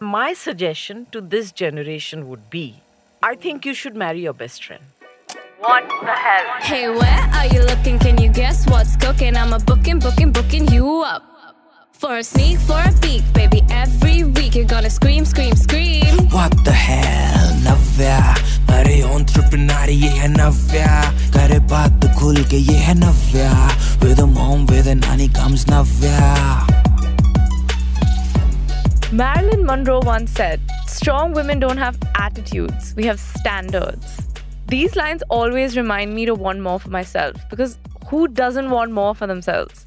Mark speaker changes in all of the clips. Speaker 1: my suggestion to this generation would be I think you should marry your best friend. What the hell?
Speaker 2: Hey, where are you looking? Can you guess what's cooking? I'm a booking, booking, booking you up. For a sneak, for a peek, baby, every week you're gonna scream, scream, scream.
Speaker 3: What the hell, Navya? अरे entrepreneur ये है नव्या करे बात खुल के ये है नव्या With a mom, with a nanny comes Navya
Speaker 4: Marilyn Monroe once said, Strong women don't have attitudes, we have standards. These lines always remind me to want more for myself because who doesn't want more for themselves?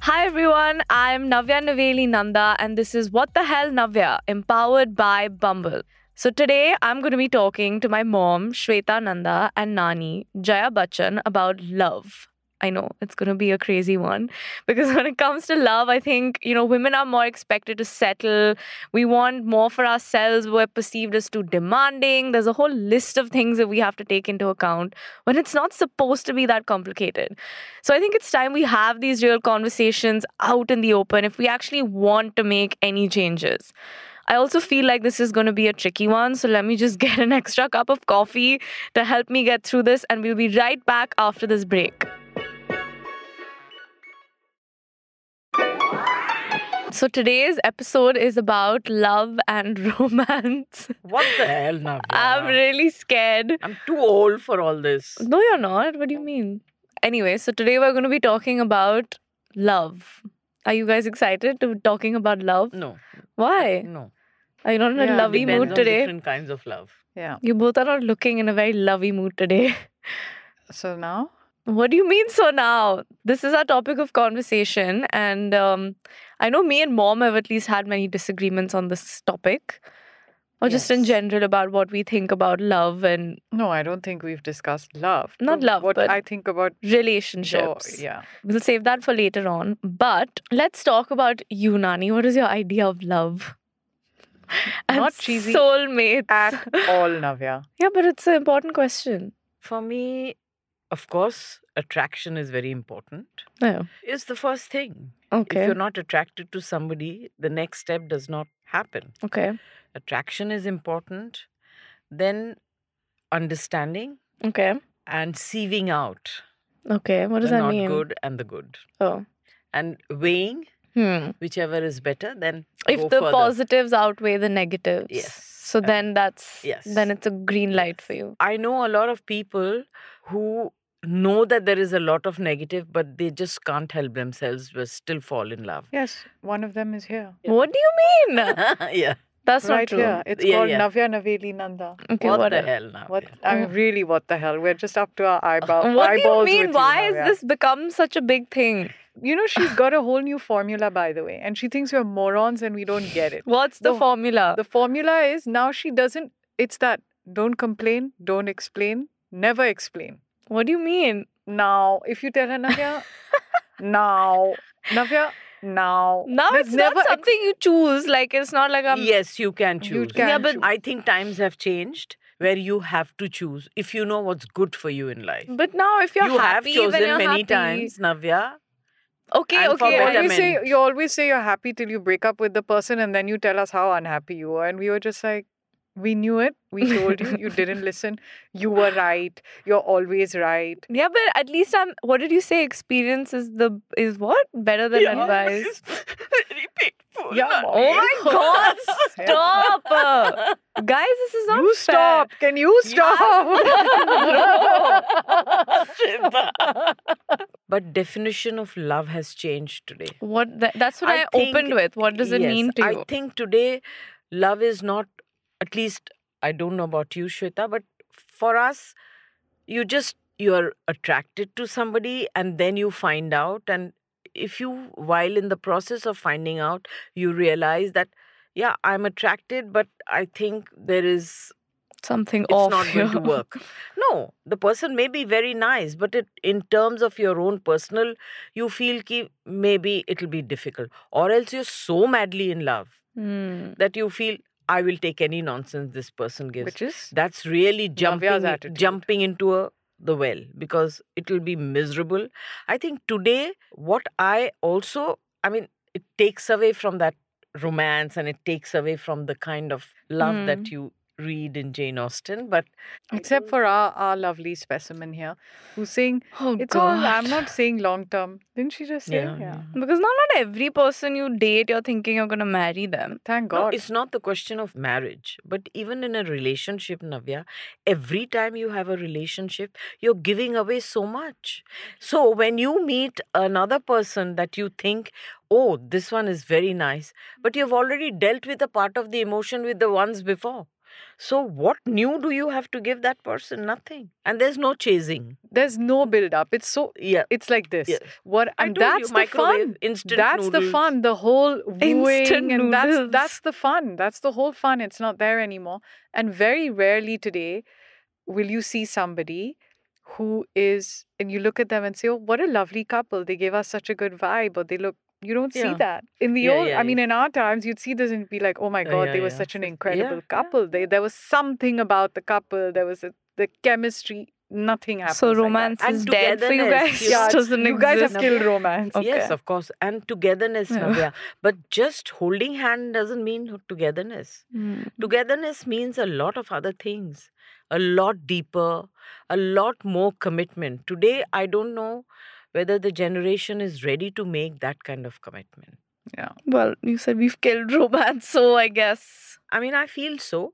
Speaker 4: Hi everyone, I'm Navya Naveli Nanda and this is What the Hell Navya, empowered by Bumble. So today I'm going to be talking to my mom, Shweta Nanda, and Nani, Jaya Bachchan, about love. I know it's going to be a crazy one because when it comes to love, I think, you know, women are more expected to settle. We want more for ourselves. We're perceived as too demanding. There's a whole list of things that we have to take into account when it's not supposed to be that complicated. So I think it's time we have these real conversations out in the open if we actually want to make any changes. I also feel like this is going to be a tricky one. So let me just get an extra cup of coffee to help me get through this. And we'll be right back after this break. So today's episode is about love and romance.
Speaker 1: What the hell, Navya?
Speaker 4: I'm really scared.
Speaker 1: I'm too old for all this.
Speaker 4: No, you're not. What do you mean? Anyway, so today we're going to be talking about love. Are you guys excited to talking about love?
Speaker 1: No,
Speaker 4: Why?
Speaker 1: no.
Speaker 4: Are you not in a
Speaker 5: Yeah,
Speaker 4: lovey
Speaker 1: Depends
Speaker 4: mood
Speaker 1: on
Speaker 4: today?
Speaker 1: Different kinds of love.
Speaker 5: Yeah.
Speaker 4: You both are not looking in a very lovey mood today.
Speaker 5: So now,
Speaker 4: What do you mean so now? This is our topic of conversation, and um, I know me and mom have at least had many disagreements on this topic, or just in
Speaker 5: Yes.
Speaker 4: general about what we think about love and
Speaker 5: no, I don't think we've discussed love.
Speaker 4: Not
Speaker 5: but
Speaker 4: love,
Speaker 5: What
Speaker 4: but
Speaker 5: I think about joy.
Speaker 4: relationships.
Speaker 5: Yeah.
Speaker 4: We'll save that for later on. But let's talk about you, Nani. What is your idea of love? And
Speaker 5: Not cheesy
Speaker 4: soulmates.
Speaker 5: At all, Navya.
Speaker 4: yeah, but it's an important question.
Speaker 1: For me, of course, attraction is very important.
Speaker 4: Oh,
Speaker 1: It's the first thing. If
Speaker 4: okay.
Speaker 1: you're not attracted to somebody, the next step does not happen.
Speaker 4: Okay.
Speaker 1: Attraction is important. Then understanding
Speaker 4: Okay.
Speaker 1: and sieving out
Speaker 4: Okay. What does
Speaker 1: the
Speaker 4: that
Speaker 1: not
Speaker 4: mean?
Speaker 1: good and the good.
Speaker 4: Oh.
Speaker 1: And weighing
Speaker 4: Hmm.
Speaker 1: whichever is better, then
Speaker 4: if
Speaker 1: go
Speaker 4: the
Speaker 1: further.
Speaker 4: positives outweigh the negatives
Speaker 1: Yes.
Speaker 4: so
Speaker 1: Uh,
Speaker 4: then that's
Speaker 1: yes.
Speaker 4: then it's a green light for you
Speaker 1: I know a lot of people who know that there is a lot of negative, but they just can't help themselves but still fall in love.
Speaker 5: Yes, one of them is here.
Speaker 1: Yeah.
Speaker 4: what do you mean
Speaker 1: yeah.
Speaker 4: that's
Speaker 5: right
Speaker 4: not true
Speaker 5: here. It's
Speaker 1: Yeah,
Speaker 5: called
Speaker 1: yeah.
Speaker 5: Navya Naveli Nanda.
Speaker 4: okay
Speaker 1: what the
Speaker 4: whatever.
Speaker 1: hell now?
Speaker 5: What?
Speaker 1: yeah.
Speaker 5: I mean, really, what the hell? We're just up to our eyebrow.
Speaker 4: what do you
Speaker 5: eyeballs with
Speaker 4: mean why has
Speaker 5: Navya.
Speaker 4: this become such a big thing
Speaker 5: You know, she's got a whole new formula, by the way, and she thinks we're morons and we don't get it.
Speaker 4: what's the
Speaker 5: The-
Speaker 4: formula
Speaker 5: The formula is now she doesn't, it's that don't complain, don't explain, never explain.
Speaker 4: what do you mean
Speaker 5: Now, if you tell her, Navya, now, Navya, now.
Speaker 4: now
Speaker 5: There's
Speaker 4: it's not
Speaker 5: never ex-
Speaker 4: something you choose like it's not like i'm
Speaker 1: yes, you can choose.
Speaker 5: You can
Speaker 4: Yeah, but-
Speaker 5: choose.
Speaker 1: I think times have changed where you have to choose if you know what's good for you in life.
Speaker 4: but now if you're
Speaker 1: you have
Speaker 4: happy
Speaker 1: chosen
Speaker 4: when you're
Speaker 1: many
Speaker 4: happy,
Speaker 1: times, Navya.
Speaker 4: okay
Speaker 1: and for
Speaker 4: okay
Speaker 5: You
Speaker 1: better
Speaker 4: I-
Speaker 5: always
Speaker 1: betterment.
Speaker 5: say you always say you're happy till you break up with the person, and then you tell us how unhappy you were, and we were just like, we knew it. We told you. You didn't listen. You were right. You're always right.
Speaker 4: yeah but at least i'm what did you say experience is the is what better than
Speaker 1: Yeah.
Speaker 4: advice
Speaker 1: It's very painful.
Speaker 5: Yeah,
Speaker 1: Navya.
Speaker 4: Oh my god,
Speaker 5: Yeah.
Speaker 4: stop! Guys, this is not
Speaker 5: You
Speaker 4: fair.
Speaker 5: stop. Can you stop?
Speaker 1: but definition of love has changed today.
Speaker 4: What the, that's
Speaker 1: I
Speaker 4: what I,
Speaker 1: think-
Speaker 4: opened with. What does it
Speaker 1: Yes,
Speaker 4: mean to you?
Speaker 1: I think today love is not at least I don't know about you, Shweta, but for us, you just you're attracted to somebody and then you find out and if you while in the process of finding out you realize that yeah i'm attracted but i think there is
Speaker 4: Something
Speaker 1: it's
Speaker 4: off.
Speaker 1: not going to
Speaker 4: here.
Speaker 1: work. No, the person may be very nice, but it, in terms of your own personal, you feel ki maybe it'll be difficult. Or else you're so madly in love
Speaker 4: Hmm.
Speaker 1: that you feel I will take any nonsense this person gives.
Speaker 5: Which is
Speaker 1: That's really jumping i-
Speaker 5: attitude.
Speaker 1: jumping into a the well because it'll be miserable. I think today what I also I mean it takes away from that romance and it takes away from the kind of love
Speaker 5: Hmm.
Speaker 1: that you read in Jane Austen. But
Speaker 5: Except for our, our lovely specimen here who's saying,
Speaker 4: Oh,
Speaker 5: it's all, I'm not saying long term. Didn't she just say?
Speaker 1: Yeah, yeah.
Speaker 4: Because not, not every person you date, you're thinking you're going to marry them.
Speaker 5: Thank
Speaker 1: no,
Speaker 5: God.
Speaker 1: it's not the question of marriage, but even in a relationship, Navya, every time you have a relationship, you're giving away so much. So when you meet another person that you think, oh, this one is very nice, but you've already dealt with a part of the emotion with the ones before. So what new do you have to give that person? Nothing. And there's no chasing.
Speaker 5: There's no build up. It's so,
Speaker 1: Yeah.
Speaker 5: it's like this.
Speaker 1: Yes.
Speaker 5: What,
Speaker 1: I
Speaker 5: and
Speaker 1: told you,
Speaker 5: that's the
Speaker 1: microwave,
Speaker 5: fun.
Speaker 1: Instant
Speaker 5: that's the
Speaker 1: noodles.
Speaker 5: fun. The whole wooing
Speaker 4: Instant
Speaker 5: and that's
Speaker 4: noodles.
Speaker 5: that's the fun. That's the whole fun. It's not there anymore. And very rarely today will you see somebody who is and you look at them and say, Oh, what a lovely couple. They gave us such a good vibe, or they look you don't see
Speaker 1: Yeah.
Speaker 5: that. In the
Speaker 1: Yeah,
Speaker 5: old
Speaker 1: yeah,
Speaker 5: I mean in our times you'd see this and be like, Oh my
Speaker 1: Uh,
Speaker 5: god,
Speaker 1: yeah,
Speaker 5: they were
Speaker 1: yeah.
Speaker 5: such an
Speaker 1: Yeah,
Speaker 5: incredible
Speaker 1: yeah.
Speaker 5: couple. They there was something about the couple, there was a, the chemistry, nothing happened.
Speaker 4: So romance
Speaker 1: And
Speaker 4: is dead for you
Speaker 1: togetherness,
Speaker 4: guys.
Speaker 1: you know.
Speaker 4: It doesn't
Speaker 5: you guys have
Speaker 4: exist.
Speaker 5: killed romance.
Speaker 1: Yes, of course. And togetherness,
Speaker 4: Yeah.
Speaker 1: Navya. But just holding hand doesn't mean togetherness.
Speaker 4: Mm.
Speaker 1: Togetherness means a lot of other things, a lot deeper, a lot more commitment. Today, I don't know whether the generation is ready to make that kind of commitment.
Speaker 4: Well, you said we've killed romance, so I guess.
Speaker 1: I mean, I feel so.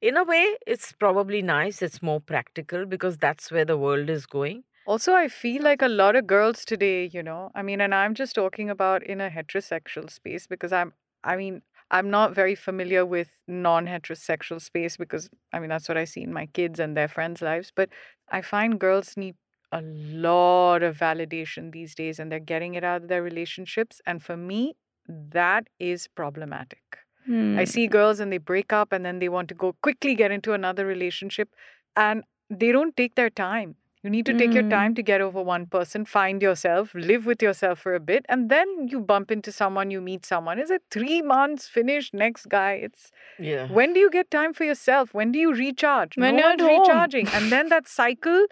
Speaker 1: In a way, it's probably nice, it's more practical because that's where the world is going.
Speaker 5: Also, I feel like a lot of girls today, you know, I mean, and I'm just talking about in a heterosexual space because I'm, I mean, I'm not very familiar with non heterosexual space because, I mean, that's what I see in my kids and their friends' lives. But I find girls need a lot of validation these days and they're getting it out of their relationships. And for me, that is problematic.
Speaker 4: Hmm.
Speaker 5: I
Speaker 4: Mm.
Speaker 5: see girls and they break up and then they want to go quickly get into another relationship and they don't take their time. You need to take your
Speaker 4: Mm.
Speaker 5: time to get over one person, find yourself, live with yourself for a bit, and then you bump into someone, you meet someone. Is it three months, finished, next guy? It's
Speaker 1: Yeah.
Speaker 5: when do you get time for yourself? When do you recharge?
Speaker 4: When
Speaker 5: no
Speaker 4: you're
Speaker 5: one's
Speaker 4: at home.
Speaker 5: recharging. and then that cycle,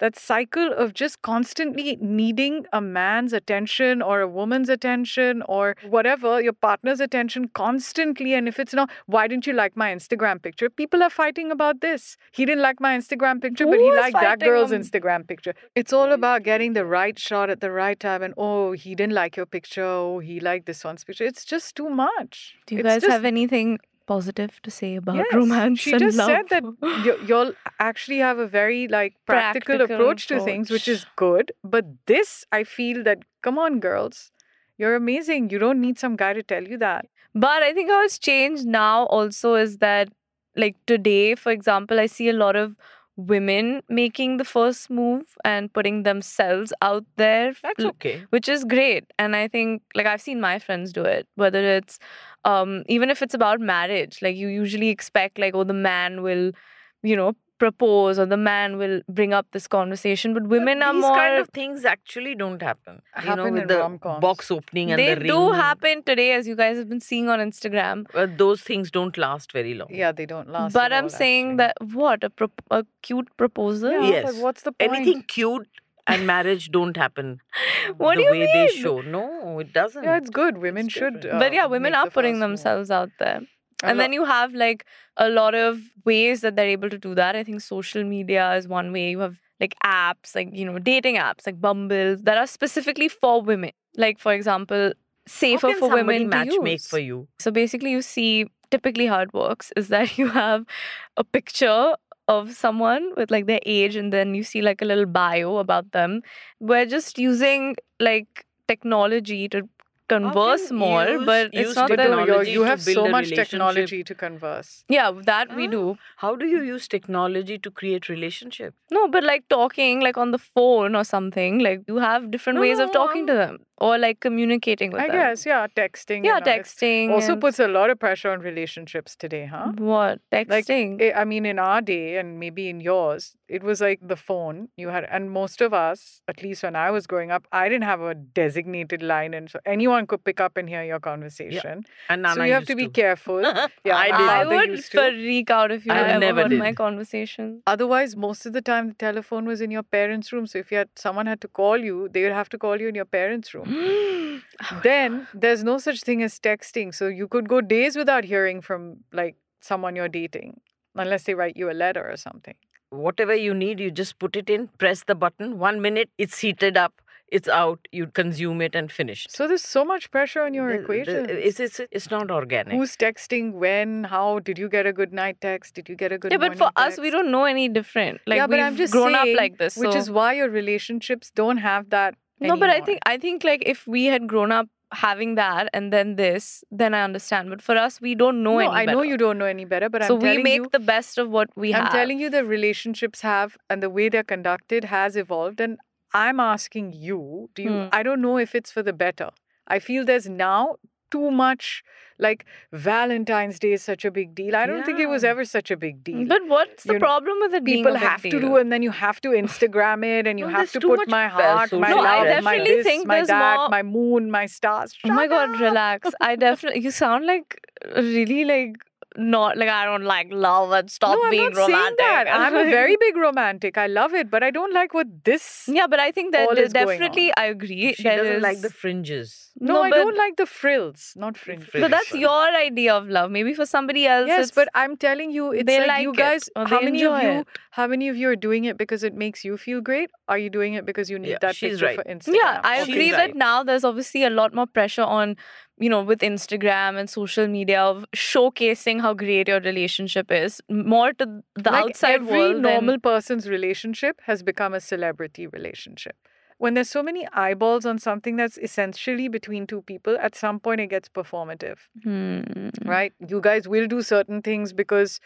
Speaker 5: that cycle of just constantly needing a man's attention or a woman's attention or whatever, your partner's attention constantly. And if it's not, why didn't you like my Instagram picture? People are fighting about this. He didn't like my Instagram picture, but
Speaker 4: Who
Speaker 5: he
Speaker 4: is
Speaker 5: liked that
Speaker 4: fighting
Speaker 5: girl's
Speaker 4: on-
Speaker 5: Instagram picture. It's all about getting the right shot at the right time. And oh, he didn't like your picture. Oh, he liked this one's picture. It's just too much.
Speaker 4: Do you
Speaker 5: It's
Speaker 4: guys
Speaker 5: just
Speaker 4: have anything positive to say about
Speaker 5: Yes,
Speaker 4: romance
Speaker 5: She
Speaker 4: and
Speaker 5: just
Speaker 4: love?
Speaker 5: said that you, you'll actually have a very like practical,
Speaker 4: Practical
Speaker 5: approach to things, which is good. But this, I feel that come on, girls, you're amazing. You don't need some guy to tell you that.
Speaker 4: But I think how it's changed now also is that, like today, for example, I see a lot of women making the first move and putting themselves out there.
Speaker 1: That's
Speaker 4: L-
Speaker 1: okay.
Speaker 4: which is great and i think like i've seen my friends do it whether it's um even if it's about marriage like you usually expect like oh the man will you know propose or the man will bring up this conversation but
Speaker 1: But
Speaker 4: women are
Speaker 1: these
Speaker 4: more
Speaker 1: kind of things actually don't happen. you know,
Speaker 5: Happen
Speaker 1: with
Speaker 5: in
Speaker 1: the
Speaker 5: rom-coms.
Speaker 1: box opening and
Speaker 4: they
Speaker 1: the ring.
Speaker 4: do happen today as you guys have been seeing on instagram
Speaker 1: Well, those things don't last very long.
Speaker 5: Yeah, they don't last.
Speaker 4: but
Speaker 5: at
Speaker 4: i'm
Speaker 5: all,
Speaker 4: saying
Speaker 5: actually.
Speaker 4: that what a, prop a cute proposal
Speaker 5: Yeah,
Speaker 1: Yes.
Speaker 5: but what's the point?
Speaker 1: Anything cute and marriage don't happen
Speaker 4: what
Speaker 1: the
Speaker 4: do you
Speaker 1: way
Speaker 4: mean
Speaker 1: they show. No, it doesn't.
Speaker 5: Yeah, it's good. Women should.
Speaker 1: different.
Speaker 4: but
Speaker 5: uh,
Speaker 4: yeah women
Speaker 5: make
Speaker 4: are
Speaker 5: the
Speaker 4: putting
Speaker 5: first move.
Speaker 4: themselves out there
Speaker 5: A
Speaker 4: and
Speaker 5: lo-
Speaker 4: then you have like a lot of ways that they're able to do that i think social media is one way you have like apps like you know dating apps like bumble that are specifically for women like for example
Speaker 1: How
Speaker 4: safer
Speaker 1: can
Speaker 4: for
Speaker 1: somebody
Speaker 4: women
Speaker 1: match
Speaker 4: to
Speaker 1: make
Speaker 4: use.
Speaker 1: for you?
Speaker 4: so basically you see typically how it works is that you have a picture of someone with like their age and then you see like a little bio about them we're just using like technology to converse
Speaker 1: can
Speaker 4: more
Speaker 1: use-
Speaker 4: but
Speaker 1: use
Speaker 4: it's not
Speaker 5: But
Speaker 4: that
Speaker 5: no, you're,
Speaker 1: technology
Speaker 5: you
Speaker 1: to
Speaker 5: have
Speaker 1: build
Speaker 5: so
Speaker 1: a
Speaker 5: much
Speaker 1: relationship.
Speaker 5: technology to converse.
Speaker 4: yeah, that we
Speaker 1: Ah.
Speaker 4: do.
Speaker 1: How do you use technology to create relationship?
Speaker 4: No, but like talking like on the phone or something, like you have different
Speaker 1: No,
Speaker 4: ways
Speaker 1: no,
Speaker 4: of talking to
Speaker 1: um,
Speaker 4: them or like communicating with
Speaker 5: I
Speaker 4: them.
Speaker 5: guess, yeah, texting.
Speaker 4: Yeah,
Speaker 5: and all. It's
Speaker 4: texting.
Speaker 5: Also
Speaker 4: and-
Speaker 5: puts a lot of pressure on relationships today, huh?
Speaker 4: What? Texting.
Speaker 5: I I mean, in our day, and maybe in yours, it was like the phone you had, and most of us, at least when I was growing up, I didn't have a designated line, and so anyone anyone could pick up and hear your conversation.
Speaker 1: And Nana
Speaker 5: so you have
Speaker 1: used
Speaker 5: to be careful. Yeah,
Speaker 1: I did.
Speaker 4: I
Speaker 5: Nana
Speaker 4: would
Speaker 5: used to.
Speaker 4: freak out if you
Speaker 1: I
Speaker 4: ever
Speaker 1: never
Speaker 4: heard
Speaker 1: did.
Speaker 4: my conversation.
Speaker 5: Otherwise, most of the time the telephone was in your parents' room. So if you had someone had to call you, they would have to call you in your parents' room. then there's no such thing as texting. So you could go days without hearing from like someone you're dating, unless they write you a letter or something.
Speaker 1: whatever you need, you just put it in, press the button. One minute, it's heated up, it's out, you consume it and finished.
Speaker 5: So there's so much pressure on your
Speaker 1: The- the-
Speaker 5: equation.
Speaker 1: It's, it's, it's not organic.
Speaker 5: Who's texting when? How did you get a good night text? Did you get a good
Speaker 4: yeah, but for
Speaker 5: morning
Speaker 4: us, we
Speaker 5: text?
Speaker 4: don't know any different. Like
Speaker 5: yeah,
Speaker 4: we've
Speaker 5: but I'm just
Speaker 4: grown
Speaker 5: saying,
Speaker 4: up like this.
Speaker 5: which
Speaker 4: so-
Speaker 5: is why your relationships don't have that.
Speaker 4: no, but I
Speaker 5: anymore.
Speaker 4: think I think like if we had grown up having that and then this, then I understand. But for us, we don't know
Speaker 5: no,
Speaker 4: any
Speaker 5: I know
Speaker 4: better.
Speaker 5: you don't know any better, but
Speaker 4: so
Speaker 5: I'm
Speaker 4: we
Speaker 5: telling
Speaker 4: make
Speaker 5: you,
Speaker 4: the best of what we
Speaker 5: I'm
Speaker 4: have.
Speaker 5: telling you, the relationships have and the way they're conducted has evolved, and I'm asking you, do you?
Speaker 4: Hmm.
Speaker 5: I don't know if it's for the better. I feel there's now too much like Valentine's Day is such a big deal. I don't think it was
Speaker 1: Yeah.
Speaker 5: ever such a big deal.
Speaker 4: But what's the
Speaker 5: You know,
Speaker 4: problem with it? being
Speaker 5: people
Speaker 4: a big
Speaker 5: have to
Speaker 4: deal?
Speaker 5: do and then you have to instagram it and you
Speaker 1: No,
Speaker 5: have
Speaker 1: there's
Speaker 5: to
Speaker 1: too
Speaker 5: put
Speaker 1: much
Speaker 5: my
Speaker 1: pe-
Speaker 5: heart my
Speaker 1: social
Speaker 5: love
Speaker 1: media. No, I
Speaker 5: my this
Speaker 4: definitely
Speaker 5: my
Speaker 4: think there's
Speaker 5: that
Speaker 4: more-
Speaker 5: my moon my stars
Speaker 4: Oh my
Speaker 5: Shut
Speaker 4: god,
Speaker 5: up.
Speaker 4: relax. I definitely. You sound like really like not like I don't like love and stop
Speaker 5: no i'm
Speaker 4: being
Speaker 5: not saying
Speaker 4: romantic.
Speaker 5: that
Speaker 4: and
Speaker 5: i'm a
Speaker 4: like-
Speaker 5: very big romantic i love it but i don't like what this
Speaker 4: yeah, but I think that
Speaker 5: all
Speaker 4: there
Speaker 5: is going on.
Speaker 4: definitely I agree.
Speaker 1: she
Speaker 4: there
Speaker 1: doesn't like
Speaker 4: is-
Speaker 1: the fringes.
Speaker 5: no, i
Speaker 4: but,
Speaker 5: don't like the frills not fringes
Speaker 4: But
Speaker 1: fringe.
Speaker 4: that's
Speaker 1: Sorry.
Speaker 4: your idea of love. Maybe for somebody else,
Speaker 5: yes
Speaker 4: it's,
Speaker 5: but i'm telling you it's
Speaker 4: they
Speaker 5: like,
Speaker 4: like
Speaker 5: you
Speaker 4: it
Speaker 5: guys
Speaker 4: or
Speaker 5: how
Speaker 4: they
Speaker 5: many of
Speaker 4: enjoy
Speaker 5: you
Speaker 4: it.
Speaker 5: how many of you are doing it because it makes you feel great are you doing it because you need
Speaker 1: Yeah,
Speaker 5: that
Speaker 1: she's
Speaker 5: picture
Speaker 1: right.
Speaker 5: for instagram
Speaker 4: Yeah, I
Speaker 1: She's
Speaker 4: agree
Speaker 1: right.
Speaker 4: that now there's obviously a lot more pressure on, you know, with Instagram and social media of showcasing how great your relationship is more to the
Speaker 5: like
Speaker 4: outside
Speaker 5: every
Speaker 4: world. than-
Speaker 5: normal person's relationship has become a celebrity relationship when there's so many eyeballs on something that's essentially between two people at some point it gets performative
Speaker 4: Hmm.
Speaker 5: right you guys will do certain things because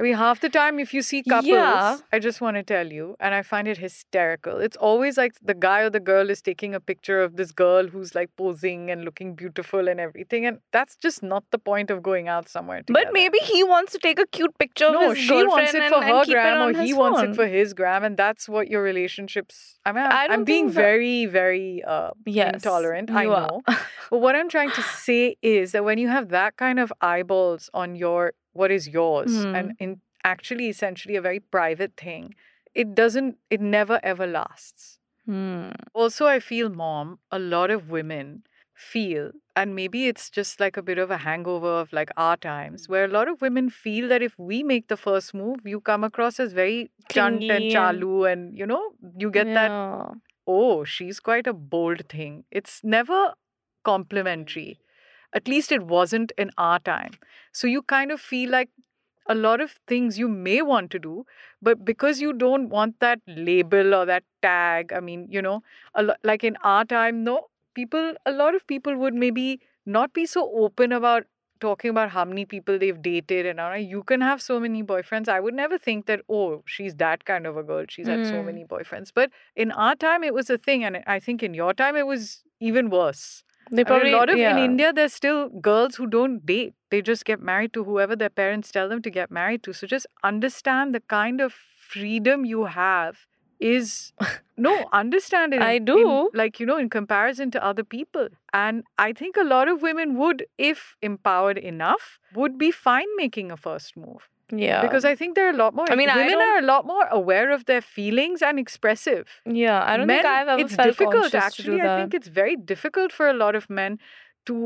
Speaker 5: i mean half the time if you see couples
Speaker 4: Yeah.
Speaker 5: i just want to tell you and i find it hysterical it's always like the guy or the girl is taking a picture of this girl who's like posing and looking beautiful and everything and that's just not the point of going out somewhere together.
Speaker 4: But maybe he wants to take a cute picture of
Speaker 5: no,
Speaker 4: his
Speaker 5: she
Speaker 4: girlfriend
Speaker 5: wants it
Speaker 4: and,
Speaker 5: for
Speaker 4: and
Speaker 5: her
Speaker 4: keep it
Speaker 5: gram,
Speaker 4: on
Speaker 5: or he
Speaker 4: his
Speaker 5: wants
Speaker 4: phone.
Speaker 5: it for his gram, and that's what your relationships. I mean, I'm,
Speaker 4: I
Speaker 5: I'm
Speaker 4: don't
Speaker 5: being
Speaker 4: think that-
Speaker 5: very, very uh,
Speaker 4: Yes,
Speaker 5: intolerant. I
Speaker 4: you are.
Speaker 5: know, but what I'm trying to say is that when you have that kind of eyeballs on your what is yours, and
Speaker 4: Mm-hmm.
Speaker 5: in actually essentially a very private thing, it doesn't. It never ever lasts.
Speaker 4: Hmm.
Speaker 5: Also, I feel, mom, a lot of women feel, and maybe it's just like a bit of a hangover of like our
Speaker 4: Mm.
Speaker 5: times, where a lot of women feel that if we make the first move, you come across as very chunt and
Speaker 4: Clingy and-
Speaker 5: chalu, and you know, you get that,
Speaker 4: Yeah.
Speaker 5: oh, she's quite a bold thing. It's never complimentary. At least it wasn't in our time. So you kind of feel like a lot of things you may want to do, but because you don't want that label or that tag, I mean, you know, a lo- like in our time, no, people, a lot of people would maybe not be so open about talking about how many people they've dated and all right, you can have so many boyfriends. I would never think that, oh, she's that kind of a girl. She's had so
Speaker 4: Mm.
Speaker 5: many boyfriends. But in our time, it was a thing. And I think in your time, it was even worse.
Speaker 4: They
Speaker 5: I mean,
Speaker 4: probably
Speaker 5: a lot of
Speaker 4: yeah.
Speaker 5: in India, there's still girls who don't date. They just get married to whoever their parents tell them to get married to. So just understand the kind of freedom you have is no understand it.
Speaker 4: I
Speaker 5: in- in-
Speaker 4: do.
Speaker 5: like you know, in comparison to other people. And I think a lot of women would, if empowered enough, would be fine making a first move
Speaker 4: Yeah.
Speaker 5: because I think they're a lot more.
Speaker 4: I mean, I
Speaker 5: women
Speaker 4: don't-
Speaker 5: are a lot more aware of their feelings and expressive
Speaker 4: yeah, I don't think
Speaker 5: men,
Speaker 4: I've ever
Speaker 5: it's
Speaker 4: felt
Speaker 5: difficult
Speaker 4: conscious
Speaker 5: actually
Speaker 4: to do that.
Speaker 5: i think it's very difficult for a lot of men to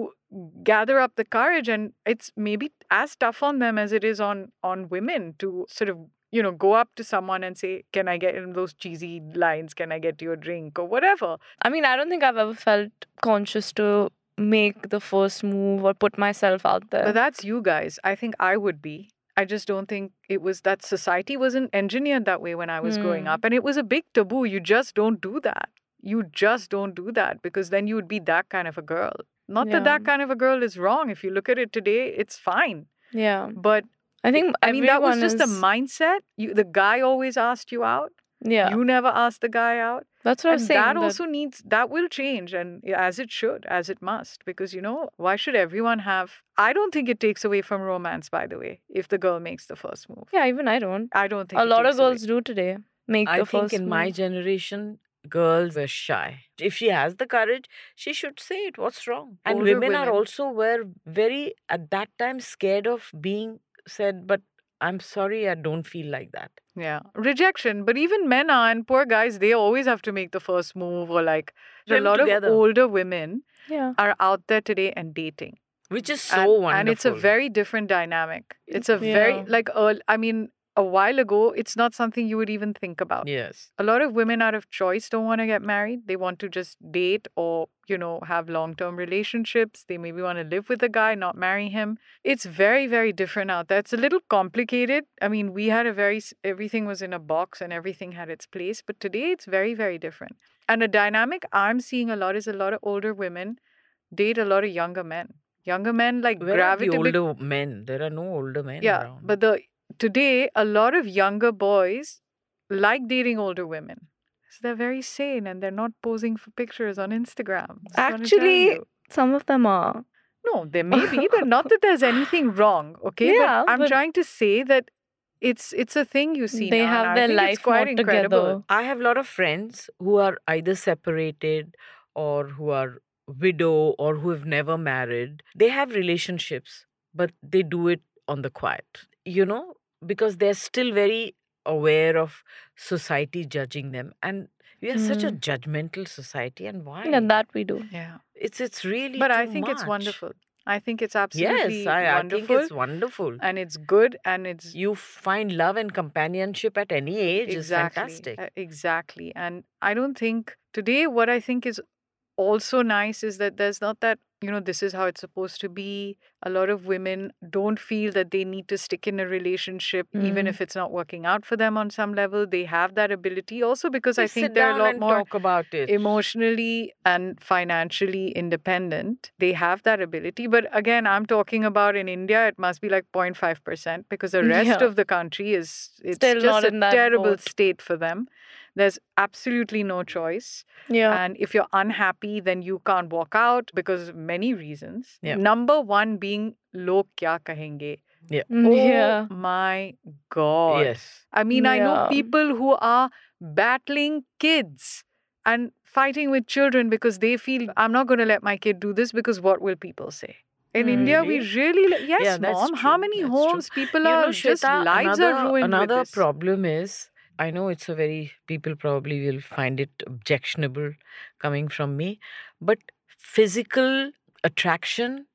Speaker 5: gather up the courage and it's maybe as tough on them as it is on on women to sort of you know go up to someone and say can i get in those cheesy lines can i get you a drink or whatever
Speaker 4: I mean, I don't think I've ever felt conscious to make the first move or put myself out there.
Speaker 5: but that's you guys i think i would be i just don't think it was that society wasn't engineered that way when i was growing
Speaker 4: Hmm.
Speaker 5: up and it was a big taboo you just don't do that you just don't do that because then you would be that kind of a girl not that
Speaker 4: Yeah.
Speaker 5: that kind of a girl is wrong if you look at it today it's fine
Speaker 4: yeah,
Speaker 5: but
Speaker 4: I think
Speaker 5: i mean that was
Speaker 4: everyone
Speaker 5: just the
Speaker 4: is-
Speaker 5: mindset you the guy always asked you out
Speaker 4: yeah.
Speaker 5: you never asked the guy out
Speaker 4: that's what I
Speaker 5: and
Speaker 4: was saying.
Speaker 5: that also needs that will change and yeah, as it should, as it must, because you know, why should everyone have I don't think it takes away from romance, by the way, if the girl makes the first move.
Speaker 4: yeah, even I don't.
Speaker 5: I don't think
Speaker 4: A
Speaker 5: it
Speaker 4: lot of
Speaker 5: takes away.
Speaker 4: girls do today make
Speaker 1: I
Speaker 4: the
Speaker 1: think
Speaker 4: first
Speaker 1: in my
Speaker 4: move.
Speaker 1: generation, girls were shy. If she has the courage, she should say it. What's wrong? And
Speaker 5: Older
Speaker 1: women, are
Speaker 5: women.
Speaker 1: also were very at that time scared of being said, but I'm sorry, I don't feel like that.
Speaker 5: Yeah. Rejection. But even men are, and poor guys, they always have to make the first move or like a
Speaker 1: Them
Speaker 5: lot
Speaker 1: together.
Speaker 5: of older women
Speaker 4: Yeah.
Speaker 5: are out there today and dating.
Speaker 1: Which is so
Speaker 5: and,
Speaker 1: wonderful.
Speaker 5: And it's a very different dynamic. It's a
Speaker 4: Yeah.
Speaker 5: very like earl I mean, a while ago, it's not something you would even think about.
Speaker 1: yes.
Speaker 5: A lot of women out of choice don't want to get married. They want to just date or, you know, have long term relationships. They maybe want to live with a guy, not marry him. It's very, very different out there. It's a little complicated. I mean, we had a very, s- everything was in a box and everything had its place. But today it's very, very different. And a dynamic I'm seeing a lot is a lot of older women date a lot of younger men. Younger men like
Speaker 1: Where are the
Speaker 5: gravitate.
Speaker 1: older men? There are no older men
Speaker 5: Yeah,
Speaker 1: around.
Speaker 5: but the today a lot of younger boys like dating older women. So they're very sane and they're not posing for pictures on Instagram. Just wanna tell
Speaker 4: Actually-
Speaker 5: you.
Speaker 4: Some of them are.
Speaker 5: no, there may be, but not that there's anything wrong. Okay,
Speaker 4: Yeah,
Speaker 5: but I'm
Speaker 4: but-
Speaker 5: trying to say that it's it's a thing you see.
Speaker 4: They
Speaker 5: now, and
Speaker 4: have
Speaker 5: I
Speaker 4: their
Speaker 5: think it's
Speaker 4: life
Speaker 5: quite
Speaker 4: not
Speaker 5: incredible.
Speaker 4: together.
Speaker 1: I have a lot of friends who are either separated or who are widow or who have never married. They have relationships, but they do it on the quiet, you know, because they're still very aware of society judging them. And we are such a
Speaker 4: Mm.
Speaker 1: judgmental society, and why?
Speaker 4: And that we do.
Speaker 5: Yeah,
Speaker 1: it's it's really.
Speaker 5: but I
Speaker 1: too
Speaker 5: think it's
Speaker 1: much.
Speaker 5: wonderful. I think it's absolutely
Speaker 1: Yes, I, I think
Speaker 5: wonderful,
Speaker 1: it's wonderful.
Speaker 5: and it's good, and it's
Speaker 1: You find love and companionship at any age is fantastic.
Speaker 5: uh, exactly. And I don't think today what I think is also nice is that there's not that, you know, this is how it's supposed to be. A lot of women don't feel that they need to stick in a relationship, even
Speaker 1: Mm-hmm.
Speaker 4: Mm.
Speaker 5: if it's not working out for them on some level. They have that ability also because
Speaker 1: They
Speaker 5: I think
Speaker 1: sit
Speaker 5: they're
Speaker 1: down
Speaker 5: a lot
Speaker 1: and
Speaker 5: more
Speaker 1: talk about it.
Speaker 5: emotionally and financially independent. They have that ability. But again, I'm talking about in India, it must be like 0.5% because the rest
Speaker 4: Yeah.
Speaker 5: of the country is it's
Speaker 4: Still
Speaker 5: just
Speaker 4: not
Speaker 5: a
Speaker 4: in that
Speaker 5: terrible
Speaker 4: boat.
Speaker 5: state for them. There's absolutely no choice.
Speaker 4: Yeah.
Speaker 5: And if you're unhappy, then you can't walk out because of many reasons.
Speaker 1: Yeah.
Speaker 5: Number one being log kya kahenge.
Speaker 4: Mm, yeah.
Speaker 5: Oh my God.
Speaker 1: Yes.
Speaker 5: I mean, I know
Speaker 4: Yeah.
Speaker 5: people who are battling kids and fighting with children because they feel, I'm not going to let my kid do this because what will people say? In
Speaker 4: Mm.
Speaker 5: India, we really, li- yes,
Speaker 1: that's
Speaker 5: mom, how
Speaker 1: true,
Speaker 5: many
Speaker 1: that's true.
Speaker 5: homes people
Speaker 1: you
Speaker 5: are
Speaker 1: know,
Speaker 5: just
Speaker 1: Shweta,
Speaker 5: lives
Speaker 1: another,
Speaker 5: are ruined. with
Speaker 1: Another
Speaker 5: this.
Speaker 1: problem is, I know it's a very people probably will find it objectionable coming from me, but physical attraction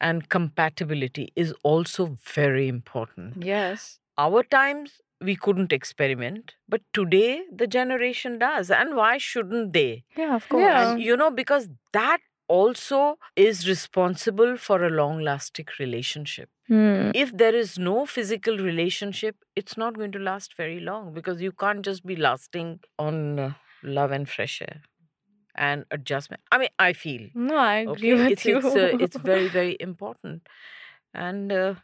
Speaker 1: and compatibility is also very important.
Speaker 5: Yes.
Speaker 1: Our times we couldn't experiment, but today the generation does, and why shouldn't they?
Speaker 5: Yeah, of
Speaker 4: course.
Speaker 1: And you know, because that also is responsible for a long-lasting relationship
Speaker 4: Hmm.
Speaker 1: if there is no physical relationship it's not going to last very long because you can't just be lasting on uh, love and fresh air and adjustment i mean i feel
Speaker 4: No, I agree
Speaker 1: okay
Speaker 4: with
Speaker 1: it's
Speaker 4: you.
Speaker 1: it's, uh, it's very very important and uh,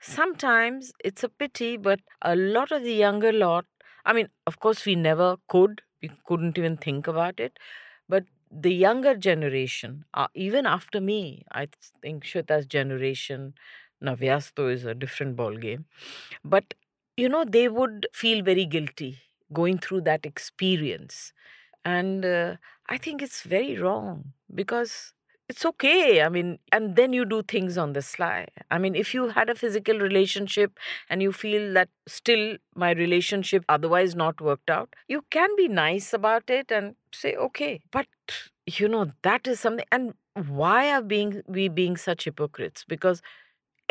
Speaker 1: sometimes it's a pity but a lot of the younger lot i mean of course we never could we couldn't even think about it but the younger generation uh, even after me i think shweta's generation navyasto is a different ball game but you know they would feel very guilty going through that experience and uh, i think it's very wrong because it's okay i mean and then you do things on the sly i mean if you had a physical relationship and you feel that still my relationship otherwise not worked out you can be nice about it and say okay but you know that is something and why are being we being such hypocrites because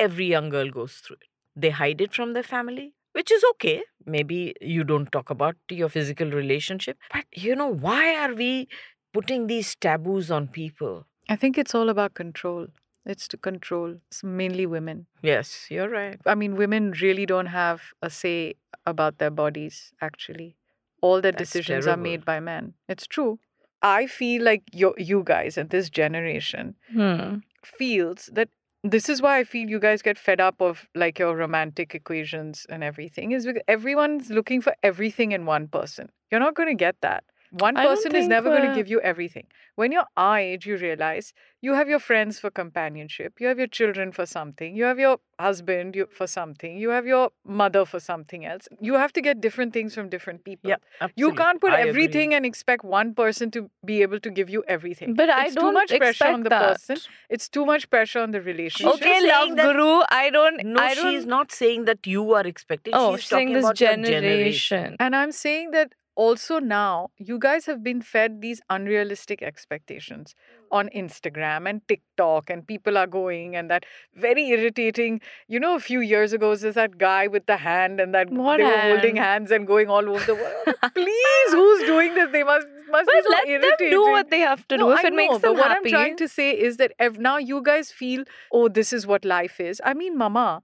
Speaker 1: every young girl goes through it they hide it from their family which is okay maybe you don't talk about your physical relationship but you know why are we putting these taboos on people
Speaker 5: I think it's all about control. It's to control It's mainly women.
Speaker 1: yes you're right
Speaker 5: I mean, women really don't have a say about their bodies, actually. All their
Speaker 1: That's
Speaker 5: decisions
Speaker 1: terrible.
Speaker 5: are made by men. It's true. I feel like you you guys and this generation
Speaker 4: Hmm.
Speaker 5: feels that this is why I feel you guys get fed up of like your romantic equations and everything is because everyone's looking for everything in one person. You're not going to get that. One
Speaker 4: I don't
Speaker 5: person is
Speaker 4: think
Speaker 5: never going to
Speaker 4: we're-
Speaker 5: give you everything. When you're our age, you realize you have your friends for companionship, you have your children for something, you have your husband you- for something, you have your mother for something else. You have to get different things from different people. You can't put everything and expect one person to be able to give you everything.
Speaker 4: But I
Speaker 5: it's
Speaker 4: don't
Speaker 5: too much pressure on
Speaker 4: expect
Speaker 5: the
Speaker 4: that.
Speaker 5: person. It's too much pressure on the relationship.
Speaker 1: just
Speaker 4: Okay,
Speaker 1: saying
Speaker 4: love
Speaker 1: that-
Speaker 4: guru. I don't.
Speaker 1: No,
Speaker 4: I don't.
Speaker 1: she's not saying that you are expecting.
Speaker 4: oh,
Speaker 1: she's
Speaker 4: saying
Speaker 1: talking
Speaker 4: this
Speaker 1: about your generation.
Speaker 4: generation.
Speaker 5: And I'm saying that also now, you guys have been fed these unrealistic expectations
Speaker 4: Hmm.
Speaker 5: on Instagram and TikTok, and people are going, and that very irritating. You know, a few years ago, there's that guy with the hand, and that
Speaker 4: What
Speaker 5: they were holding
Speaker 4: hand?
Speaker 5: hands and going all over the world. Please, who's doing this? They must, must
Speaker 4: But
Speaker 5: be so
Speaker 4: let them
Speaker 5: irritated.
Speaker 4: do what they have to do.
Speaker 5: No,
Speaker 4: If
Speaker 5: I
Speaker 4: it makes
Speaker 5: know,
Speaker 4: them
Speaker 5: but what
Speaker 4: happy.
Speaker 5: I'm trying to say is that ev- now you guys feel, oh, this is what life is. I mean, Mama,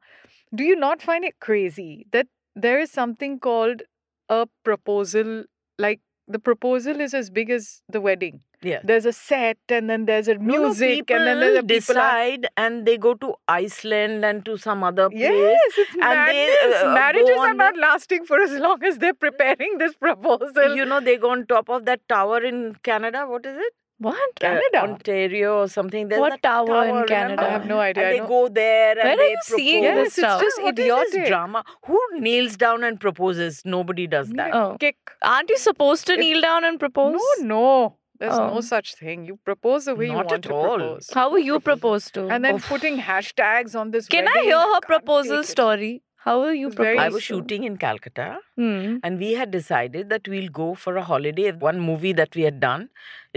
Speaker 5: do you not find it crazy that there is something called a proposal? Like the proposal is as big as the wedding.
Speaker 1: Yeah.
Speaker 5: There's a set, and then there's a
Speaker 1: No, no,
Speaker 5: music, and then
Speaker 1: people
Speaker 5: there's a people. are-
Speaker 1: decide and they go to Iceland and to some other place.
Speaker 5: Yes, it's
Speaker 1: and they,
Speaker 5: madness.
Speaker 1: uh,
Speaker 5: Marriages
Speaker 1: go
Speaker 5: are
Speaker 1: on the-
Speaker 5: not lasting for as long as they're preparing this proposal.
Speaker 1: You know, they go on top of that tower in Canada. What is it?
Speaker 4: what?
Speaker 1: Uh,
Speaker 5: Canada?
Speaker 1: Ontario or something. There's
Speaker 4: What
Speaker 1: that
Speaker 4: tower, in
Speaker 1: remember?
Speaker 4: Canada?
Speaker 5: I have no idea. I
Speaker 1: And they
Speaker 5: know-
Speaker 1: go there and
Speaker 4: Where
Speaker 1: they
Speaker 4: are you seeing
Speaker 1: propose.
Speaker 4: this
Speaker 5: yes, it's
Speaker 4: stuff?
Speaker 5: just
Speaker 1: What is
Speaker 5: idiotic.
Speaker 1: this drama. Who kneels down and proposes? Nobody does that.
Speaker 4: Oh.
Speaker 5: Kick.
Speaker 4: Aren't you supposed to
Speaker 5: If-
Speaker 4: kneel down and propose?
Speaker 5: No, no. There's no
Speaker 4: Oh.
Speaker 5: such thing. You propose the way you
Speaker 1: Not
Speaker 5: want
Speaker 1: at
Speaker 5: to
Speaker 1: all.
Speaker 5: propose.
Speaker 4: How were you proposed to? Oh,
Speaker 5: And then
Speaker 1: Oof.
Speaker 5: putting hashtags on this.
Speaker 4: Can I
Speaker 5: wedding,
Speaker 4: hear her
Speaker 5: can't
Speaker 4: proposal
Speaker 5: take it.
Speaker 4: story? How were you
Speaker 5: It's very
Speaker 4: proposed?
Speaker 1: I was
Speaker 4: to?
Speaker 1: shooting in Calcutta
Speaker 4: Hmm.
Speaker 1: and we had decided that we'll go for a holiday. One movie that we had done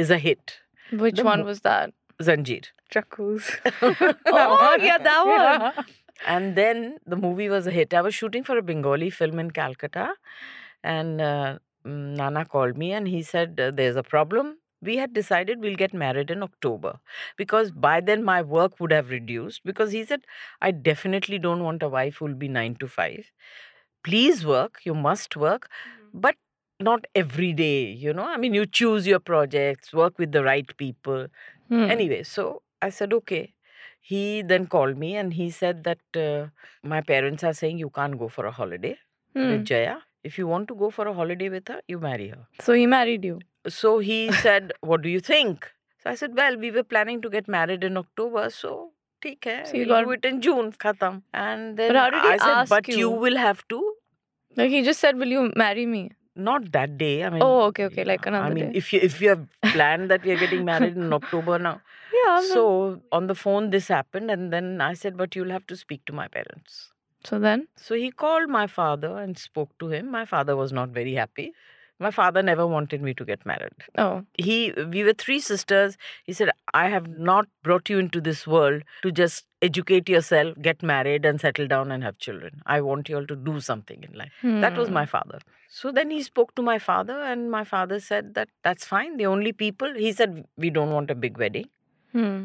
Speaker 1: is a hit,
Speaker 4: Which
Speaker 1: The
Speaker 4: one
Speaker 1: mo-
Speaker 4: was that?
Speaker 1: Zanjeer.
Speaker 5: Chakus.
Speaker 4: Oh, yeah, that one.
Speaker 5: Yeah.
Speaker 1: And then the movie was a hit. I was shooting for a Bengali film in Calcutta, and uh, mm, Nana called me and he said, uh, There's a problem. We had decided we'll get married in October because by then my work would have reduced. Because he said, I definitely don't want a wife who'll be nine to five. Please work, you must work, but not every day, you know. I mean, you choose your projects, work with the right people.
Speaker 4: Hmm.
Speaker 1: Anyway, so I said, okay. He then called me and he said that uh, my parents are saying you can't go for a holiday
Speaker 4: Hmm.
Speaker 1: with Jaya. If you want to go for a holiday with her, you marry her.
Speaker 4: So he married you.
Speaker 1: So he said, what do you think? So I said, well, we were planning to get married in October, so take care.
Speaker 4: So you
Speaker 1: we'll
Speaker 4: got-
Speaker 1: do it in June, khatam. And then
Speaker 4: how did he
Speaker 1: I said,
Speaker 4: ask
Speaker 1: but
Speaker 4: you?"
Speaker 1: will have to.
Speaker 4: Like he just said, "Will you marry me?"
Speaker 1: Not that day. I mean.
Speaker 4: Oh, okay, okay, like
Speaker 1: I
Speaker 4: another
Speaker 1: mean,
Speaker 4: day.
Speaker 1: if you if you have planned that we are getting married in October now,
Speaker 4: Yeah. I'm not-
Speaker 1: So on the phone, this happened, and then I said, "But you'll have to speak to my parents."
Speaker 4: so then.
Speaker 1: So he called my father and spoke to him. My father was not very happy. My father never wanted me to get married.
Speaker 4: Oh.
Speaker 1: He, we were three sisters. He said, "I have not brought you into this world to just educate yourself, get married, and settle down and have children. I want you all to do something in life." That was
Speaker 4: Hmm.
Speaker 1: my father. So then he spoke to my father, and my father said that that's fine. The only people he said we don't want a big wedding.
Speaker 4: Hmm.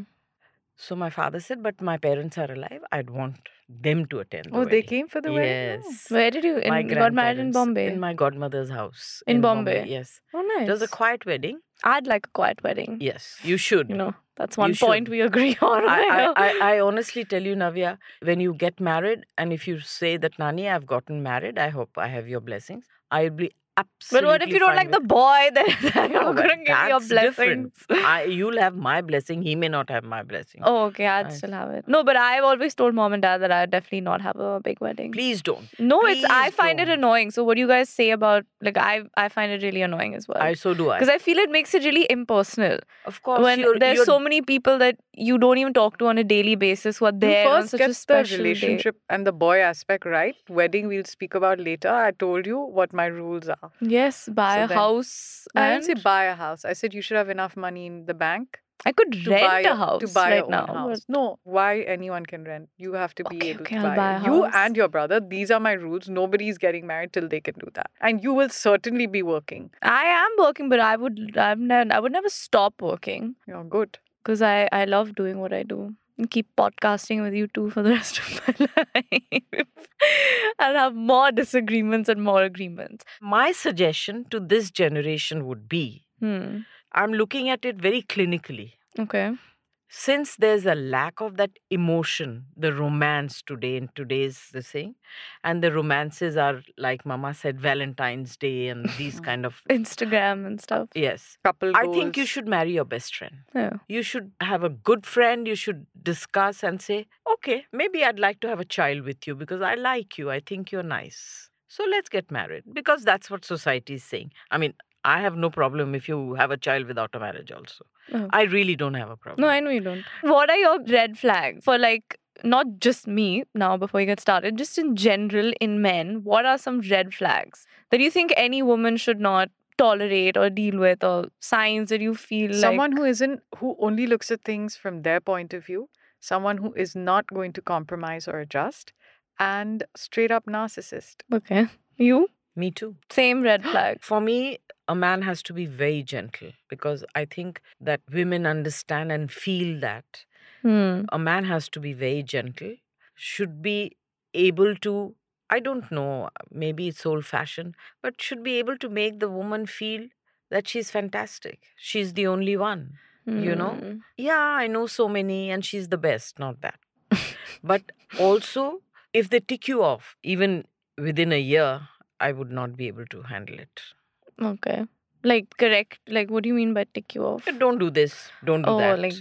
Speaker 1: So my father said, but my parents are alive. I'd want them to attend. The
Speaker 5: Oh, they
Speaker 1: wedding."
Speaker 5: came for the wedding. Oh.
Speaker 1: Yes.
Speaker 4: Where did you? In,
Speaker 1: My
Speaker 4: you got married in
Speaker 1: grandparents,
Speaker 4: Bombay.
Speaker 1: In my godmother's house.
Speaker 4: In Bombay?
Speaker 1: Yes.
Speaker 4: oh, nice.
Speaker 1: It was a quiet wedding.
Speaker 4: I'd like a quiet wedding.
Speaker 1: Yes. You should.
Speaker 4: You know, that's one
Speaker 1: You
Speaker 4: point
Speaker 1: should.
Speaker 4: we agree on.
Speaker 1: I,
Speaker 4: right now.
Speaker 1: I, I, I honestly tell you, Navya, when you get married and if you say that, Nani, I've gotten married, I hope I have your blessings, I'll be
Speaker 4: but
Speaker 1: absolutely.
Speaker 4: what if you don't
Speaker 1: fine
Speaker 4: like the
Speaker 1: with-
Speaker 4: boy? Then then you're
Speaker 1: Oh,
Speaker 4: not
Speaker 1: but
Speaker 4: gonna give me your
Speaker 1: that's
Speaker 4: blessing.
Speaker 1: different. I, you'll have my blessing. He may not have my blessing.
Speaker 4: Oh, okay. I'd
Speaker 1: Nice.
Speaker 4: still have it. No, but I've always told mom and dad that I'd definitely not have a big wedding.
Speaker 1: Please don't.
Speaker 4: no, it's I
Speaker 1: please
Speaker 4: find it
Speaker 1: don't.
Speaker 4: annoying. So what do you guys say about like I I find it really annoying as well.
Speaker 1: I so do
Speaker 4: because
Speaker 1: I.
Speaker 4: I feel it makes it really impersonal
Speaker 1: Of course,
Speaker 4: when
Speaker 1: you're,
Speaker 4: there's
Speaker 1: you're
Speaker 4: so many people that you don't even talk to on a daily basis who are there
Speaker 5: you
Speaker 4: on
Speaker 5: first
Speaker 4: such
Speaker 5: get
Speaker 4: a special
Speaker 5: the relationship and the boy aspect right. Wedding we'll speak about later. I told you what my rules are.
Speaker 4: Day. Yes, buy
Speaker 5: So
Speaker 4: a
Speaker 5: then-
Speaker 4: house.
Speaker 5: I didn't say
Speaker 4: and-
Speaker 5: buy a house. I said you should have enough money in the bank
Speaker 4: I could
Speaker 5: to
Speaker 4: rent
Speaker 5: buy
Speaker 4: a
Speaker 5: your-
Speaker 4: house
Speaker 5: to buy your
Speaker 4: right
Speaker 5: own
Speaker 4: now.
Speaker 5: house.
Speaker 4: but-
Speaker 5: No, why anyone can rent? You have to be
Speaker 4: Okay,
Speaker 5: able
Speaker 4: okay,
Speaker 5: to
Speaker 4: I'll
Speaker 5: buy,
Speaker 4: buy a
Speaker 5: it. You
Speaker 4: house.
Speaker 5: and your brother. These are my rules. Nobody's getting married till they can do that, and you will certainly be working.
Speaker 4: I am working, but I would I'm ne- I would never stop working
Speaker 5: You're good.
Speaker 4: because I I love doing what I do. And keep podcasting with you too for the rest of my life. I'll have more disagreements and more agreements.
Speaker 1: my suggestion to this generation would be
Speaker 4: Hmm.
Speaker 1: I'm looking at it very clinically.
Speaker 4: Okay.
Speaker 1: since there's a lack of that emotion, the romance today in today's the thing, and the romances are like Mama said, Valentine's Day and these kind of
Speaker 4: Instagram and stuff.
Speaker 1: yes.
Speaker 5: Couple
Speaker 1: I think you
Speaker 5: goals.
Speaker 1: should marry your best friend.
Speaker 4: Yeah.
Speaker 1: You should have a good friend. You should discuss and say, okay, maybe I'd like to have a child with you because I like you. I think you're nice. So let's get married because that's what society is saying. I mean, I have no problem if you have a child without a marriage, also.
Speaker 4: Oh.
Speaker 1: I really don't have a problem.
Speaker 4: No, I know you don't. What are your red flags for like not just me now before you get started, just in general in men, what are some red flags that you think any woman should not tolerate or deal with or signs that you feel
Speaker 5: someone
Speaker 4: like
Speaker 5: who isn't who only looks at things from their point of view someone who is not going to compromise or adjust and straight up narcissist
Speaker 4: Okay. You?
Speaker 1: Me too.
Speaker 4: Same red flag.
Speaker 1: For me, a man has to be very gentle because I think that women understand and feel that.
Speaker 4: Hmm.
Speaker 1: a man has to be very gentle should be able to i don't know maybe it's old fashioned but should be able to make the woman feel that she's fantastic she's the only one You know?
Speaker 4: Hmm.
Speaker 1: yeah i know so many and she's the best not that but also if they tick you off even within a year i would not be able to handle it
Speaker 4: Okay. Like correct. Like what do you mean by tick you off?
Speaker 1: don't do this don't do
Speaker 4: oh,
Speaker 1: that
Speaker 4: like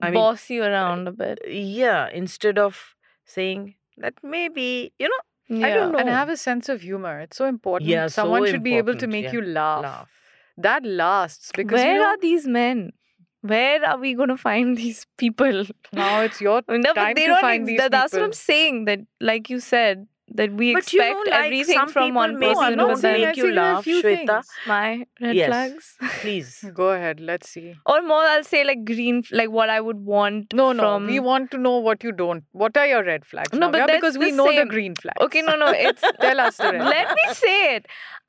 Speaker 1: I mean-
Speaker 4: boss you around a bit.
Speaker 1: yeah instead of saying that maybe you know
Speaker 4: Yeah.
Speaker 1: don't
Speaker 5: and
Speaker 1: know.
Speaker 5: have a sense of humor it's so important
Speaker 1: Yeah, so
Speaker 5: someone should be able to
Speaker 1: important,
Speaker 5: make
Speaker 1: yeah.
Speaker 5: you laugh.
Speaker 1: laugh
Speaker 5: that lasts because you
Speaker 4: Where
Speaker 5: know,
Speaker 4: are these men? Where are we going to find these people?
Speaker 5: now it's your
Speaker 4: I mean, no, but
Speaker 5: time
Speaker 4: they
Speaker 5: to
Speaker 4: don't
Speaker 5: find
Speaker 4: ex-
Speaker 5: these
Speaker 4: that- That's what I'm
Speaker 5: people.
Speaker 4: saying. That, like you said, that we
Speaker 1: But you know,
Speaker 4: expect
Speaker 1: like,
Speaker 4: everything
Speaker 1: some
Speaker 4: from
Speaker 1: people
Speaker 4: one
Speaker 1: may
Speaker 4: person.
Speaker 1: not
Speaker 4: but then
Speaker 1: make
Speaker 5: Let's
Speaker 1: you
Speaker 5: see, there are a
Speaker 1: laugh,
Speaker 5: few
Speaker 1: Shweta.
Speaker 5: things.
Speaker 4: my red
Speaker 1: Yes.
Speaker 4: flags,
Speaker 1: please
Speaker 5: go ahead let's see
Speaker 4: or more. I'll say like green, like what I would want.
Speaker 5: no no
Speaker 4: from...
Speaker 5: we want to know what you don't what are your red flags
Speaker 4: No, but
Speaker 5: Navya,
Speaker 4: that's
Speaker 5: because we
Speaker 4: the
Speaker 5: know the
Speaker 4: same.
Speaker 5: green flags
Speaker 4: Okay, no, no, it's
Speaker 5: tell us the red
Speaker 4: let me say it.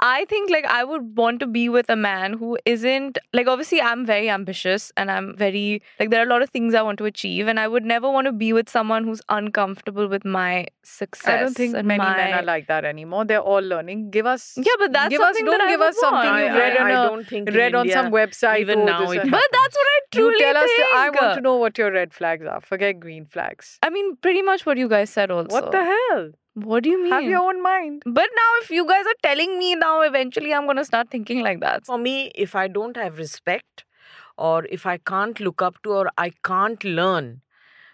Speaker 4: I think like I would want to be with a man who isn't like obviously I'm very ambitious and I'm very like there are a lot of things I want to achieve and I would never want to be with someone who's uncomfortable with my success.
Speaker 5: I don't think
Speaker 4: and
Speaker 5: many
Speaker 4: my...
Speaker 5: men are like that anymore. They're all learning. Give us
Speaker 4: Yeah, but that's
Speaker 5: give
Speaker 4: something
Speaker 5: us
Speaker 4: that
Speaker 5: don't
Speaker 4: I
Speaker 5: give
Speaker 4: would
Speaker 5: us something
Speaker 4: want.
Speaker 5: you
Speaker 4: I-
Speaker 5: read
Speaker 4: I
Speaker 5: on a
Speaker 1: don't think in
Speaker 5: read on
Speaker 1: India,
Speaker 5: some website.
Speaker 1: even
Speaker 5: oh,
Speaker 1: now
Speaker 5: this
Speaker 1: it
Speaker 5: and-
Speaker 1: happens.
Speaker 4: But that's what I truly
Speaker 5: you tell us.
Speaker 4: think.
Speaker 5: I want to know what your red flags are. Forget green flags.
Speaker 4: I mean, pretty much what you guys said also.
Speaker 5: What the hell?
Speaker 4: What do you mean?
Speaker 5: Have your own mind.
Speaker 4: but now, if you guys are telling me now, eventually I'm gonna start thinking like that.
Speaker 1: for me if i don't have respect or if i can't look up to or i can't learn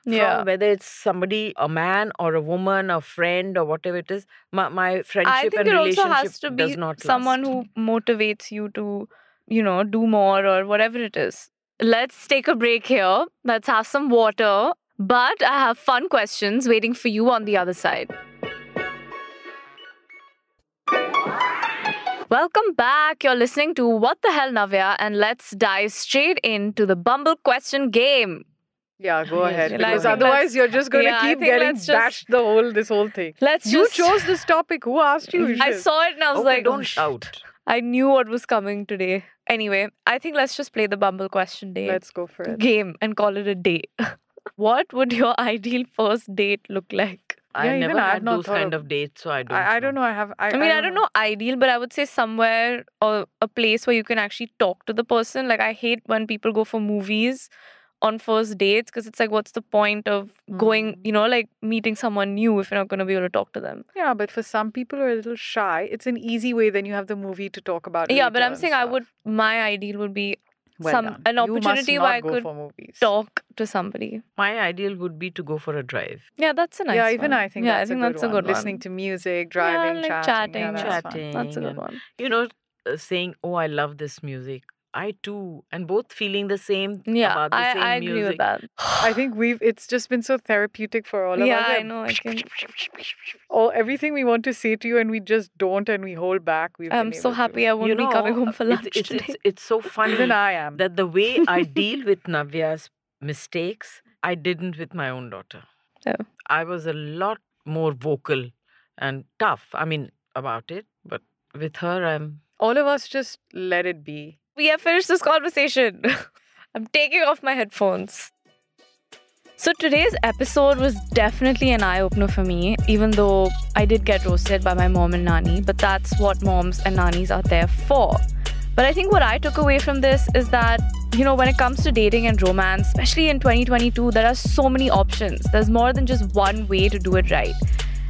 Speaker 4: Yeah.
Speaker 1: from whether it's somebody a man or a woman a friend or whatever it is my, my friendship
Speaker 4: I think
Speaker 1: and
Speaker 4: it
Speaker 1: relationship
Speaker 4: also has to be
Speaker 1: does not
Speaker 4: someone who motivates you to, you know, do more or whatever it is. Let's take a break here. Let's have some water. But I have fun questions waiting for you on the other side. Welcome back. You're listening to What the Hell Navya, and let's dive straight into the Bumble question game.
Speaker 5: Yeah, go
Speaker 1: Yes,
Speaker 5: ahead.
Speaker 1: yeah,
Speaker 5: Because
Speaker 1: let's-
Speaker 5: otherwise, you're just going to
Speaker 4: yeah, I
Speaker 5: keep
Speaker 4: think
Speaker 5: getting
Speaker 4: let's just-
Speaker 5: bashed the whole this whole thing.
Speaker 4: Let's
Speaker 5: You
Speaker 4: just-
Speaker 5: chose this topic. Who asked you?
Speaker 4: I
Speaker 5: Ishit?
Speaker 4: saw it and I was
Speaker 1: okay,
Speaker 4: like,
Speaker 1: don't
Speaker 4: "Oh,
Speaker 1: shout
Speaker 4: I knew what was coming today. Anyway, I think let's just play the Bumble question day
Speaker 5: Let's go for it.
Speaker 4: game and call it a day. what would your ideal first date look like?
Speaker 5: Yeah,
Speaker 1: i
Speaker 5: even
Speaker 1: never
Speaker 5: I've
Speaker 1: had
Speaker 5: not
Speaker 1: those
Speaker 5: thought
Speaker 1: kind
Speaker 5: of-
Speaker 1: of dates so i don't
Speaker 5: I, I don't know. I have. I,
Speaker 4: I mean, I don't know ideal, but I would say somewhere or a place where you can actually talk to the person. Like, I hate when people go for movies on first dates because it's like, what's the point of going,
Speaker 5: Mm.
Speaker 4: you know, like meeting someone new if you're not going to be able to talk to them?
Speaker 5: Yeah, but for some people who are a little shy, it's an easy way. Then you have the movie to talk about.
Speaker 4: yeah, but
Speaker 5: later
Speaker 4: I'm
Speaker 5: and
Speaker 4: saying I
Speaker 5: stuff.
Speaker 4: would, my ideal would be
Speaker 5: Well
Speaker 4: some
Speaker 5: done.
Speaker 4: an
Speaker 5: You must
Speaker 4: opportunity
Speaker 5: not
Speaker 4: where I
Speaker 5: go
Speaker 4: could
Speaker 5: for movies.
Speaker 4: talk to somebody.
Speaker 1: my ideal would be to go for a drive
Speaker 4: Yeah, that's a nice
Speaker 5: yeah, even
Speaker 4: one.
Speaker 5: I think
Speaker 4: yeah,
Speaker 5: that's
Speaker 4: I think
Speaker 5: a good
Speaker 4: that's
Speaker 5: one.
Speaker 4: a good
Speaker 5: Listening
Speaker 4: one.
Speaker 5: to music, driving,
Speaker 4: yeah, like
Speaker 5: chatting, yeah, that's fun.
Speaker 1: chatting.
Speaker 4: That's a good
Speaker 1: and-
Speaker 4: one.
Speaker 1: you know uh, saying oh i love this music i too and both feeling the same
Speaker 4: Yeah,
Speaker 1: about the
Speaker 4: I,
Speaker 1: same
Speaker 4: I agree
Speaker 1: music
Speaker 4: with that.
Speaker 5: I think we've it's just been so therapeutic for all of
Speaker 4: yeah,
Speaker 5: us.
Speaker 4: I
Speaker 5: and
Speaker 4: know. I can.
Speaker 5: All everything we want to say to you, and we just don't, and we hold back. We've
Speaker 4: I'm
Speaker 5: been
Speaker 4: so
Speaker 5: able to.
Speaker 4: happy I won't
Speaker 1: you
Speaker 4: be
Speaker 1: know,
Speaker 4: coming home for
Speaker 1: it's-
Speaker 4: lunch
Speaker 1: it's,
Speaker 4: today.
Speaker 1: it's, it's so funny
Speaker 5: Even I am.
Speaker 1: that the way I deal with Navya's mistakes, I didn't with my own daughter.
Speaker 4: Oh.
Speaker 1: I was a lot more vocal and tough, I mean, about it. But with her, I'm.
Speaker 5: all of us just let it be.
Speaker 4: we have finished this conversation. I'm taking off my headphones. So, today's episode was definitely an eye opener for me, even though I did get roasted by my mom and nani, but that's what moms and nannies are there for. But I think what I took away from this is that you know, when it comes to dating and romance, especially in 2022, there are so many options. There's more than just one way to do it right.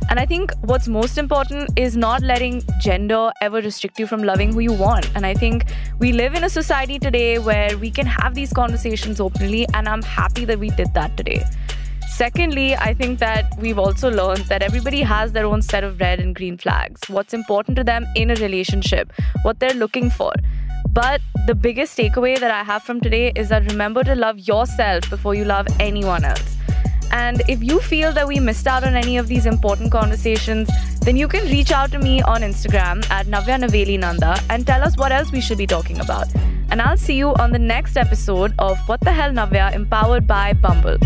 Speaker 4: And I think what's most important is not letting gender ever restrict you from loving who you want. And I think we live in a society today where we can have these conversations openly, and I'm happy that we did that today. Secondly, I think that we've also learned that everybody has their own set of red and green flags, what's important to them in a relationship, what they're looking for. But the biggest takeaway that I have from today is that remember to love yourself before you love anyone else. And if you feel that we missed out on any of these important conversations, then you can reach out to me on Instagram at Navya Naveli Nanda and tell us what else we should be talking about. And I'll see you on the next episode of What the Hell Navya, empowered by Bumble.